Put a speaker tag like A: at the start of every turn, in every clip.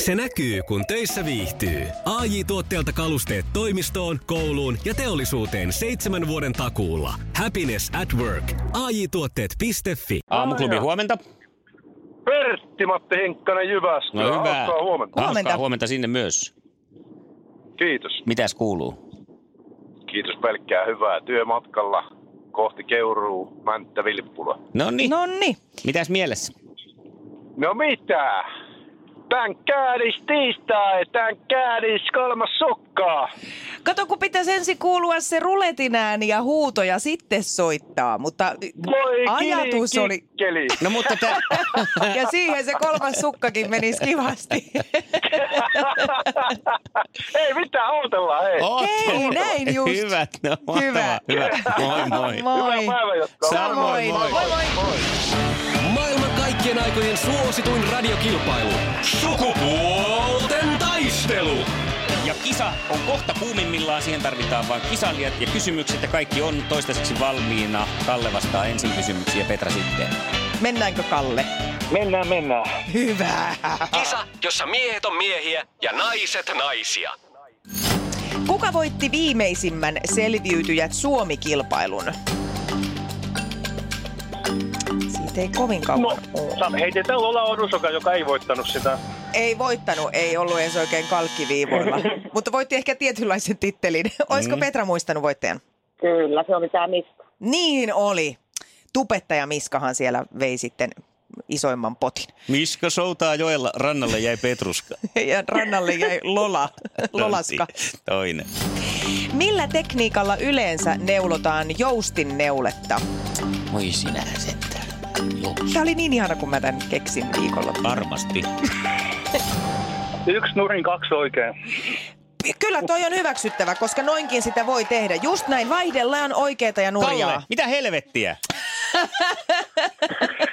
A: Se näkyy, kun töissä viihtyy. ai tuotteelta kalusteet toimistoon, kouluun ja teollisuuteen seitsemän vuoden takuulla. Happiness at work. aj tuotteetfi
B: Aamuklubi, huomenta.
C: Pertti Matti Hinkkanen
B: No
C: Jyväskylä.
B: hyvä. No.
C: Hauskaa huomenta.
B: Hauskaa
D: Huomenta.
B: huomenta sinne myös.
C: Kiitos.
B: Mitäs kuuluu?
C: Kiitos pelkkää hyvää työmatkalla kohti Keuruu, Mänttä, Vilppula.
B: No niin, no.
D: No niin.
B: mitäs mielessä?
C: No mitä? Tän käädis tiistai, tän käädis kolmas sokkaa.
D: Kato, kun pitäisi ensin kuulua se ruletin ääni ja huuto ja sitten soittaa, mutta
C: Voi
D: ajatus
C: kili,
D: oli...
C: kikkeli.
B: No mutta tää...
D: Ja siihen se kolmas sukkakin menisi kivasti.
C: Ei mitään, ootellaan, hei.
B: Oot-
D: Hei, näin just.
B: Hyvät, no,
D: Hyvä.
B: mahtavaa. Hyvä. Moi moi.
D: Moi.
C: Hyvää päivää, jatkaa.
B: Samoin, moi.
D: Moi moi.
A: Maailman kaikkien aikojen suosituin radiokilpailu. Sukupuolten taistelu.
B: Ja kisa on kohta kuumimmillaan, siihen tarvitaan vain kisailijat ja kysymykset ja kaikki on toistaiseksi valmiina. Kalle vastaa ensin kysymyksiä, Petra sitten.
D: Mennäänkö Kalle?
C: Mennään, mennään.
D: Hyvä.
A: Kisa, jossa miehet on miehiä ja naiset naisia.
D: Kuka voitti viimeisimmän selviytyjät Suomi-kilpailun? Siitä ei kovin kauan
C: No,
D: ole.
C: Sam, heitetään Lola Odusoka, joka ei voittanut sitä.
D: Ei voittanut, ei ollut edes oikein kalkkiviivoilla. Mutta voitti ehkä tietynlaisen tittelin.
C: Mm.
D: Olisiko Petra muistanut voittajan?
E: Kyllä, se oli tämä Mikko.
D: Niin oli. Tupettaja Miskahan siellä vei sitten isoimman potin.
B: Miska soutaa joella, rannalle jäi Petruska.
D: Ja rannalle jäi Lola, Lolaska.
B: Toinen.
D: Millä tekniikalla yleensä neulotaan joustin neuletta?
B: Voi sinä sentään. Joo.
D: Tämä oli niin ihana, kun mä tämän keksin viikolla.
B: Varmasti.
C: Yksi nurin, kaksi oikein.
D: Kyllä toi on hyväksyttävä, koska noinkin sitä voi tehdä. Just näin, vaihdellaan oikeeta ja nurjaa.
B: Kalle, mitä helvettiä?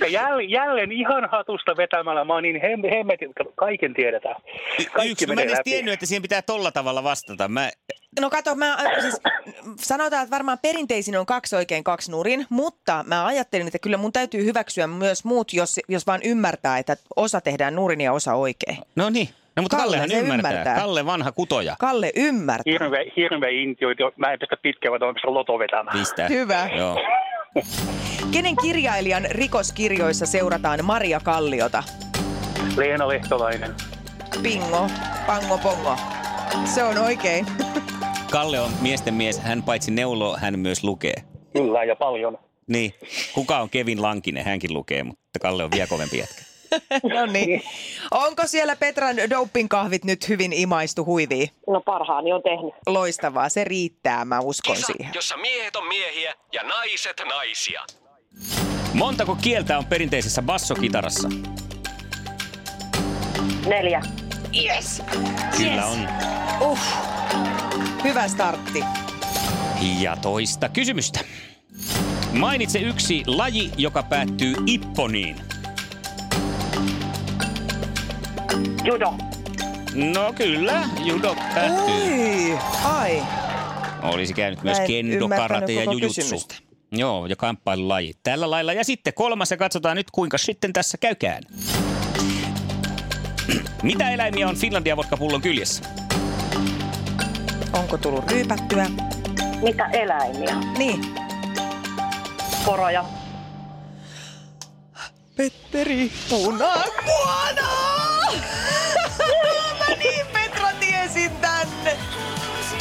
F: Ja jälleen, jälleen ihan hatusta vetämällä. Mä oon niin hem, hemmetin, kaiken tiedetään.
B: Y-
F: Kaikki
B: yksi, mä en
F: menee
B: edes
F: läpi.
B: tiennyt, että siihen pitää tolla tavalla vastata. Mä,
D: No kato, mä, äh, siis, sanotaan, että varmaan perinteisin on kaksi oikein kaksi nurin, mutta mä ajattelin, että kyllä mun täytyy hyväksyä myös muut, jos, jos vaan ymmärtää, että osa tehdään nurin ja osa oikein.
B: no niin. No mutta
D: Kalle,
B: Kallehan
D: se
B: ymmärtää.
D: ymmärtää.
B: Kalle vanha kutoja.
D: Kalle ymmärtää.
F: Hirveä, hirveä intioita. Mä en pistä pitkään, vaan mä pistän loto vetämään.
B: Pistää.
D: Hyvä.
B: Joo.
D: Kenen kirjailijan rikoskirjoissa seurataan Maria Kalliota?
F: Leena Lehtolainen.
D: Pingo, pango, pongo. Se on oikein.
B: Kalle on miesten mies. Hän paitsi neuloo, hän myös lukee.
F: Kyllä ja paljon.
B: Niin. Kuka on Kevin Lankinen? Hänkin lukee, mutta Kalle on vielä kovempi jätkä.
D: No niin. Onko siellä Petran doping kahvit nyt hyvin imaistu huiviin?
E: No parhaani on tehnyt.
D: Loistavaa, se riittää, mä uskon siihen.
A: jossa miehet on miehiä ja naiset naisia.
B: Montako kieltä on perinteisessä bassokitarassa?
E: Neljä.
B: Kyllä on.
D: Uh, hyvä startti.
B: Ja toista kysymystä. Mainitse yksi laji, joka päättyy ipponiin.
E: Judo.
B: No kyllä, judo päättyy.
D: Oi, ai.
B: Olisi käynyt
D: Mä
B: myös
D: en
B: kendo,
D: ymmärtänyt
B: karate ja
D: koko
B: jujutsu.
D: kysymystä.
B: Joo, ja kamppailulaji. Tällä lailla. Ja sitten kolmas, ja katsotaan nyt kuinka sitten tässä käykään. Mitä eläimiä on Finlandia vodkapullon kyljessä?
D: Onko tullut ryypättyä?
E: Mitä eläimiä?
D: Niin.
E: Poroja.
D: Petteri Punakuona! Mä niin Petra tiesin tänne.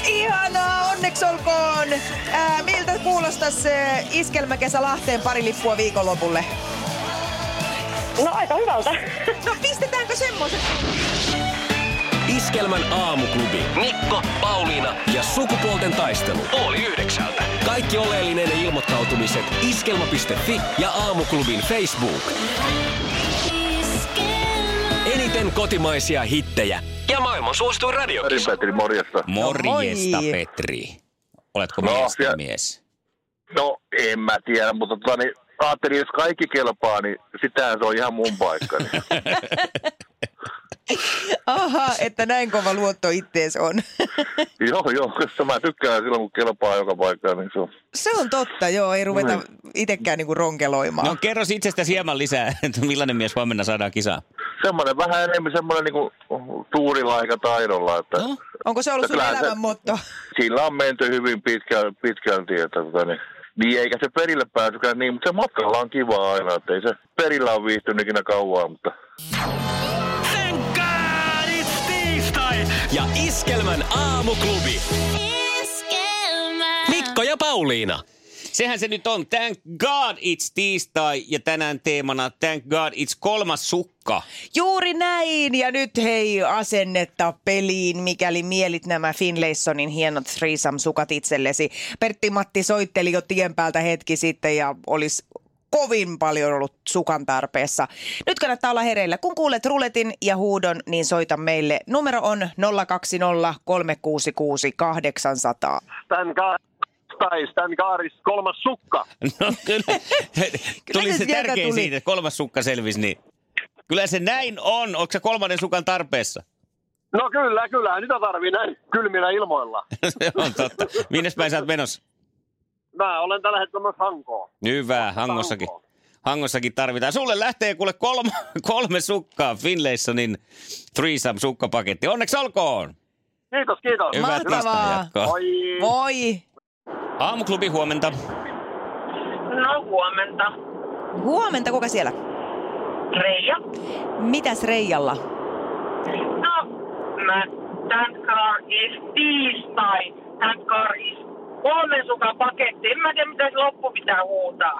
D: Ihanaa, onneksi olkoon. Ää, miltä kuulostaa se iskelmäkesä Lahteen pari lippua viikonlopulle?
E: No aika hyvältä.
D: No pistetäänkö semmoiset?
A: Iskelmän aamuklubi. Mikko, Pauliina ja sukupuolten taistelu. Oli yhdeksältä. Kaikki oleellinen ilmoittautumiset iskelma.fi ja aamuklubin Facebook. Eniten kotimaisia hittejä ja maailman suosituin radiokisa.
C: Petri, morjesta.
B: Morjesta,
D: No moi.
B: Petri. Oletko
C: No,
B: miesten
C: ja-
B: mies?
C: No, en mä tiedä, mutta tota, niin, ajattelin, jos kaikki kelpaa, niin sitähän se on ihan mun niin paikkani.
D: Aha, että näin kova luotto ittees on.
C: joo, joo, koska mä tykkään silloin, kun kelpaa joka paikkaan, niin se on.
D: Se on totta, joo, ei ruveta itsekään niinku ronkeloimaan.
B: No kerro itsestäsi hieman lisää, että millainen mies huomenna saadaan kisaan.
C: Semmoinen vähän enemmän semmoinen niinku tuurilla aika taidolla, että
B: No.
C: no?
D: Onko se ollut sun
C: Kyllä se-
D: elämän motto?
C: sillä on menty hyvin pitkään, pitkään tietä, tota, niin. Niin eikä se perille pääsykään niin, mutta se matkalla on kiva aina, että ei se perillä on viihtynyt ikinä kauan, mutta
A: Ja Iskelmän aamuklubi.
G: Iskelmää.
A: Mikko ja Pauliina.
B: Sehän se nyt on. Thank God it's tiistai ja tänään teemana Thank God it's kolmas sukka.
D: Juuri näin, ja nyt hei asennetta peliin, mikäli mielit nämä Finlaysonin hienot threesome-sukat itsellesi. Pertti-Matti soitteli jo tien päältä hetki sitten ja olisi kovin paljon ollut sukan tarpeessa. Nyt kannattaa olla hereillä. Kun kuulet ruletin ja huudon, niin soita meille. Numero on 020 366 800.
H: Stan Gaaris, tai Stan Gaaris kolmas sukka.
B: No kyllä. tuli
D: se
B: se
D: sieltä
B: tärkein
D: tuli.
B: siitä, että kolmas sukka selvisi, niin kyllä se näin on. Onko se kolmannen sukan tarpeessa?
H: No kyllä, kyllä, niitä tarvii näin kylmillä ilmoilla.
B: se on totta. Minnes päin sä oot menossa?
H: Mä olen tällä hetkellä myös Hankoon.
B: Hyvä, Hangossakin.
H: Hankoon.
B: Hangossakin tarvitaan. Sulle lähtee kuule kolme, kolme sukkaa Finlaysonin threesome sukkapaketti. Onneksi olkoon!
H: Kiitos, kiitos.
B: Hyvää tiistain
D: Mahtavaa.
B: jatkoa.
H: Moi.
D: Moi!
B: Aamuklubi huomenta.
E: No huomenta.
D: Huomenta, kuka siellä?
E: Reija.
D: Mitäs Reijalla?
E: No, mä tän car is tiistai. Tän car is kolmen sukan paketti. En mä tiedä, mitä se loppu pitää huutaa.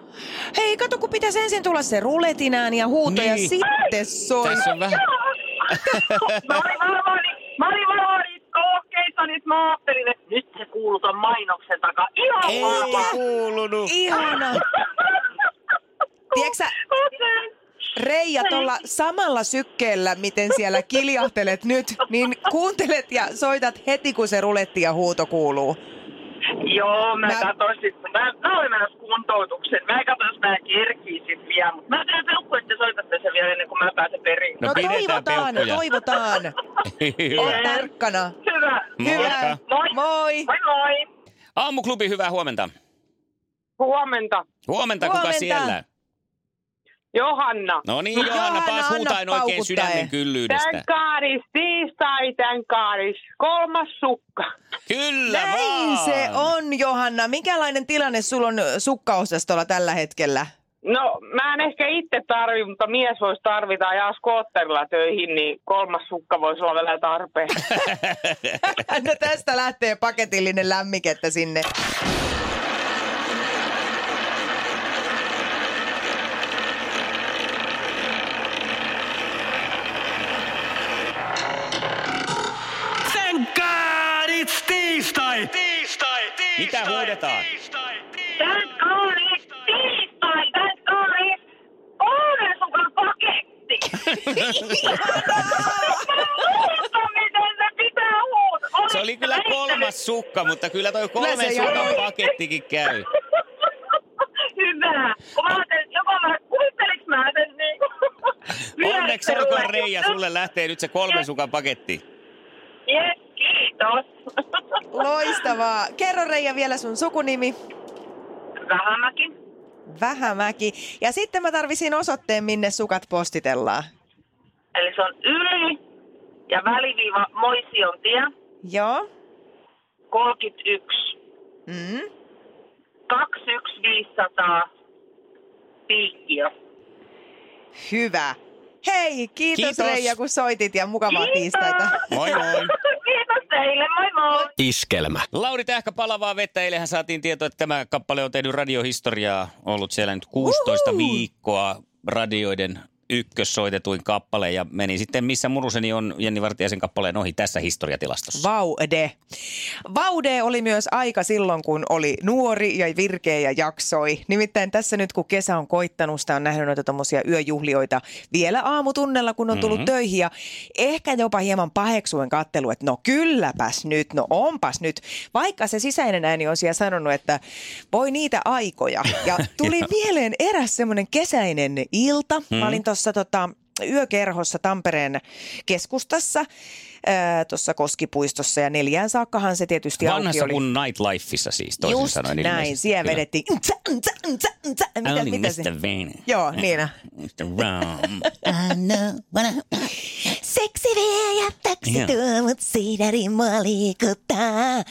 D: Hei, kato, kun pitäisi ensin tulla se ruletinään ja huuto ja
B: Niin.
D: sitten soi.
B: Tässä on vähän...
E: mä olin varmaan niin, mä olin varmaan niin kokeita, niin mä ajattelin, että nyt se kuuluu ton mainoksen takaa. Ihan
B: Ei
E: varmaan.
B: kuulunut.
D: Ihana. Tiedätkö sä,
E: Okei.
D: Reija, tuolla samalla sykkeellä, miten siellä kiljahtelet nyt, niin kuuntelet ja soitat heti, kun se ruletti ja huuto kuuluu.
E: Joo, mä,
D: Mä-
E: mä... katsoin sit, mä, mä olin menossa kuntoutukseen. Mä katsoin, jos mä kerkiin sit vielä, mutta mä tein pelkku, että te soitatte sen vielä ennen kuin mä pääsen perille.
B: No pidetään
D: toivotaan,
B: peukkuja.
D: toivotaan. On
B: Hyvä.
D: tarkkana.
E: Hyvä.
D: Hyvä.
E: Moi.
D: Moi.
E: Moi moi.
B: Aamuklubi, hyvää huomenta.
E: Huomenta.
B: Huomenta, kuka
D: Huomenta.
B: siellä?
E: Johanna.
B: No niin, Johanna,
D: Johanna,
B: paas
D: anna
B: huutain oikein
D: paukuttaen.
B: sydämen kyllyydestä.
E: Tän kaaris tiistai, tän kaaris. Kolmas sukka.
B: Kyllä
D: Näin
B: vaan.
D: se on, Johanna. Mikälainen tilanne sulla on äh, sukkaosastolla tällä hetkellä?
E: No, mä en ehkä itse tarvi, mutta mies voisi tarvita ja skootterilla töihin, niin kolmas sukka voisi olla vielä tarpeen.
D: No tästä lähtee paketillinen lämmikettä sinne.
B: Mitä huudetaan?
E: Tän kaaris tiistai, tän kaaris kolmen sukan paketti. Huuta, miten se pitää huuta.
B: Se oli kyllä kolmas sukka, mutta kyllä toi
D: Kyllä se
B: kolmen
D: jäi.
B: sukan pakettikin käy.
E: Hyvä. Kun mä ajattelin, että joko mä kuvitteliks mä sen niinku.
B: Onneksi olkoon Reija, sulle lähtee nyt se kolmen sukan paketti.
E: Jes, kiitos.
D: Loistavaa. Kerro Reija vielä sun sukunimi.
E: Vähämäki.
D: Vähämäki. Ja sitten mä tarvisin osoitteen, minne sukat postitellaan.
E: Eli se on yli ja väliviiva Moision tie
D: Joo.
E: 31
D: Mm.
E: 21500 piikkiö.
D: Hyvä. Hei, kiitos,
B: Kiitos.
D: kiitos Reija, kun soitit ja mukavaa tiistaita.
B: Moi moi.
E: Kiitos teille, moi moi.
A: Iskelmä.
B: Lauri Tähkä palavaa vettä. Eilenhän saatiin tietoa, että tämä kappale on tehnyt radiohistoriaa. Ollut siellä nyt 16 viikkoa radioiden ykkössoitetuin kappale ja meni sitten Missä Muruseni on Jenni Vartiaisen kappaleen ohi tässä historiatilastossa.
D: Vaude. Vaude oli myös aika silloin, kun oli nuori ja virkeä ja jaksoi. Nimittäin tässä nyt, kun kesä on koittanut, sitä on nähnyt noita tommosia yöjuhlioita vielä aamutunnella, kun on tullut mm-hmm. töihin. Ja ehkä jopa hieman paheksuen kattelu, että no kylläpäs nyt, no onpas nyt. Vaikka se sisäinen ääni on siellä sanonut, että voi niitä
B: Hmm.
D: aikoja. Ja tuli mieleen eräs semmoinen kesäinen ilta. Mm-hmm. Mä olin tuossa tota, yökerhossa Tampereen keskustassa, ää, tuossa Koskipuistossa ja neljään saakkahan se tietysti
B: Vanhassa
D: auki oli.
B: kuin nightlifeissa siis toisin
D: Just
B: sanoen.
D: näin,
B: ilmeisesti.
D: siellä
B: Kyllä. niin,
D: vedettiin. Ntsä, ntsä, ntsä, ntsä. Mitä,
B: Oli
D: mitä se?
B: Mr. Vane.
D: Joo, niin Niina.
B: Mr. Rum.
D: Seksi vie ja taksi
B: Joo.
D: tuo, mut siidari mua liikuttaa.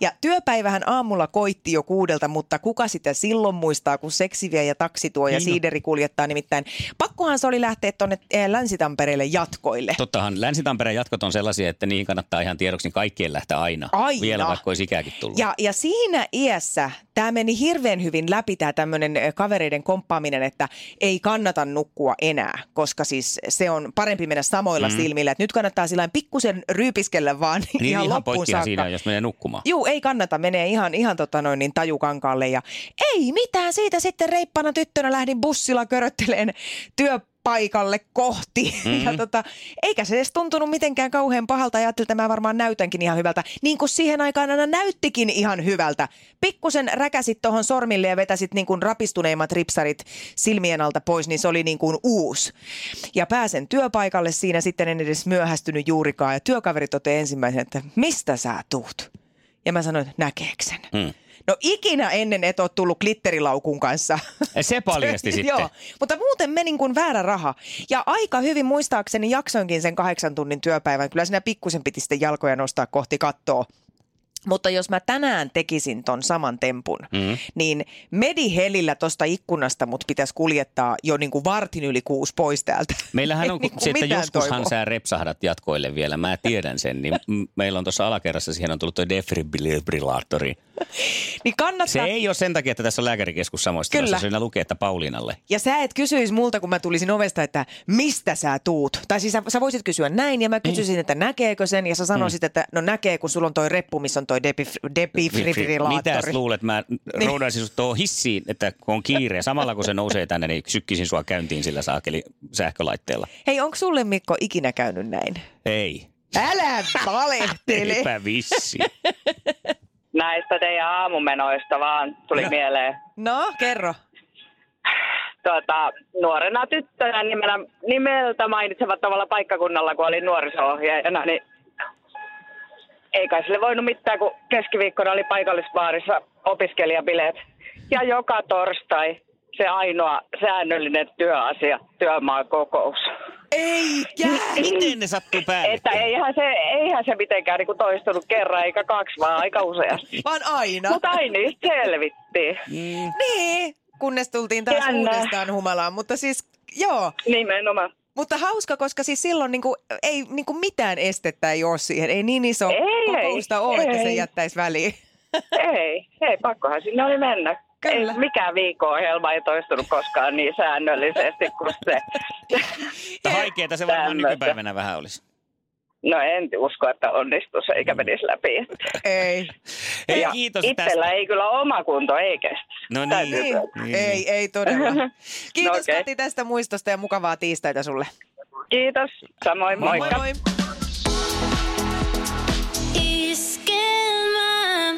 D: Ja työpäivähän aamulla koitti jo kuudelta, mutta kuka sitä silloin muistaa, kun seksi vie ja taksi tuo ja
B: Niin on.
D: siideri kuljettaa. Nimittäin pakkohan se oli lähteä tuonne Länsi-Tampereelle jatkoille.
B: Tottahan Länsi-Tampereen jatkot on sellaisia, että niihin kannattaa ihan tiedoksi, niin kaikkien lähteä aina.
D: Aina.
B: Vielä vaikka olisi ikääkin tullut.
D: Ja, ja siinä iässä tämä meni hirveän hyvin läpi tämä tämmöinen kavereiden komppaaminen, että ei kannata nukkua enää, koska siis se on parempi mennä samoilla mm. silmillä. Et nyt kannattaa sillä pikkusen ryypiskellä vaan niin
B: niin
D: ihan,
B: ihan
D: loppuun
B: poikkia
D: saakka.
B: siinä, jos menee nukkumaan.
D: Juu, ei kannata, menee ihan, ihan tota noin, niin tajukankaalle. Ja ei mitään, siitä sitten reippana tyttönä lähdin bussilla körötteleen työpaikalle kohti. Mm-hmm. Ja tota, eikä se edes tuntunut mitenkään kauhean pahalta. Ajattelin, että mä varmaan näytänkin ihan hyvältä. Niin kuin siihen aikaan aina näyttikin ihan hyvältä. Pikkusen räkäsit tuohon sormille ja vetäsit niin kuin rapistuneimmat ripsarit silmien alta pois, niin se oli niin kuin uusi. Ja pääsen työpaikalle siinä sitten en edes myöhästynyt juurikaan. Ja työkaveri toteaa ensimmäisenä, että mistä sä tuut? Ja mä sanoin, että näkeekö sen?
B: Mm.
D: No ikinä ennen et ole tullut glitterilaukun kanssa.
B: Eh, Se paljasti sitten.
D: Siis Joo, mutta muuten menin kuin väärä raha. Ja aika hyvin muistaakseni jaksoinkin sen kahdeksan tunnin työpäivän. Kyllä siinä pikkusen piti sitten jalkoja nostaa kohti kattoa. Mutta jos mä tänään tekisin ton saman tempun,
B: Hmm.
D: mm. niin medihelillä tosta ikkunasta mut pitäisi kuljettaa jo niin kuin vartin yli kuusi pois täältä.
B: Meillähän
D: Ei
B: on,
D: niin
B: niin
D: kuin
B: se, että
D: mitään
B: joskushan
D: toivoa.
B: sä repsahdat jatkoille vielä, mä tiedän sen, niin m- meillä on tuossa alakerrassa, siihen on tullut tuo defibrillaattori.
D: Niin kannattaa...
B: Se ei ole sen takia, että tässä on lääkärikeskus samoista
D: Kyllä.
B: tilassa, siinä lukee, että Pauliinalle.
D: Ja sä et kysyisi multa, kun mä tulisin ovesta, että mistä sä tuut. Tai siis sä, sä voisit kysyä näin, ja mä kysyisin, että näkeekö sen, ja sä sanoisit, että no näkee, kun sulla on toi reppu, missä on toi depif-
B: Niin, Mitä
D: defibrillaattori.
B: luulet, mä
D: Niin.
B: roudaisin sut tuohon hissiin, että kun on kiire, samalla kun se nousee tänne, niin sykkisin sua käyntiin sillä saakeli sähkölaitteella.
D: Hei, onko sulle Mikko ikinä käynyt näin?
B: Ei,
D: Älä valehtele!
B: eipä vissi.
G: Näistä teidän aamumenoista vaan tuli
B: Joo.
G: mieleen.
D: No, kerro.
G: Tuota, nuorena tyttönä nimenä, nimeltä mainitsevat tavalla paikkakunnalla, kun olin nuoriso-ohjaajana, niin ei kai sille voinut mitään, kun keskiviikkona oli paikallisbaarissa opiskelijabileet. Ja joka torstai se ainoa säännöllinen työasia, työmaakokous.
D: Eikä!
B: Miten ne sattuu
G: Että
B: päälle?
G: eihän se, eihän se mitenkään niin toistunut kerran eikä kaksi, vaan aika useasti.
D: Vaan aina.
G: Mutta aina niistä selvittiin.
D: No. Niin, kunnes tultiin taas
G: Jännä.
D: uudestaan humalaan. Mutta siis, joo.
G: Nimenomaan.
D: Mutta hauska, koska siis silloin niinku, ei niinku mitään estettä ei ole siihen. Ei niin iso
G: Ei,
D: kokousta ole, että se
G: ei.
D: jättäisi väliin.
G: Ei, ei, pakkohan sinne oli mennä.
D: Kyllä.
G: Ei, mikään viikko-ohjelma ei toistunut koskaan niin säännöllisesti kuin se.
B: Että haikeeta se varmaan
G: Tämmöstä.
B: nykypäivänä vähän olisi.
G: No en usko, että onnistuisi eikä menisi läpi.
D: Ei.
B: Ei,
G: Ja
B: kiitos
G: itsellä
B: tästä.
G: ei kyllä oma kunto ei kestä.
B: No
G: Täytyy
B: niin.
D: Niin.
B: Niin,
D: Ei, ei todella. Kiitos
G: No
D: no, okay.
G: okei.
D: Kati tästä muistosta ja mukavaa tiistaita sulle.
G: Kiitos, samoin moikka.
D: Moi moi.
I: Iskelmä.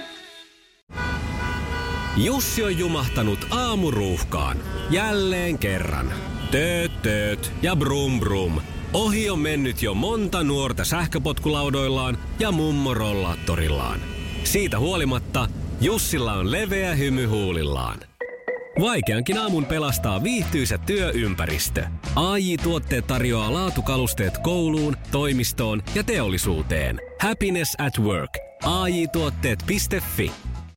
A: Jussi on jumahtanut aamuruuhkaan. Jälleen kerran. Tööt, tööt ja brum brum. Ohi on mennyt jo monta nuorta sähköpotkulaudoillaan ja mummorollaattorillaan. Siitä huolimatta Jussilla on leveä hymy huulillaan. Vaikeankin aamun pelastaa viihtyisä työympäristö. AI-tuotteet tarjoaa laatukalusteet kouluun, toimistoon ja teollisuuteen. Happiness at work. AJ-tuotteet.fi.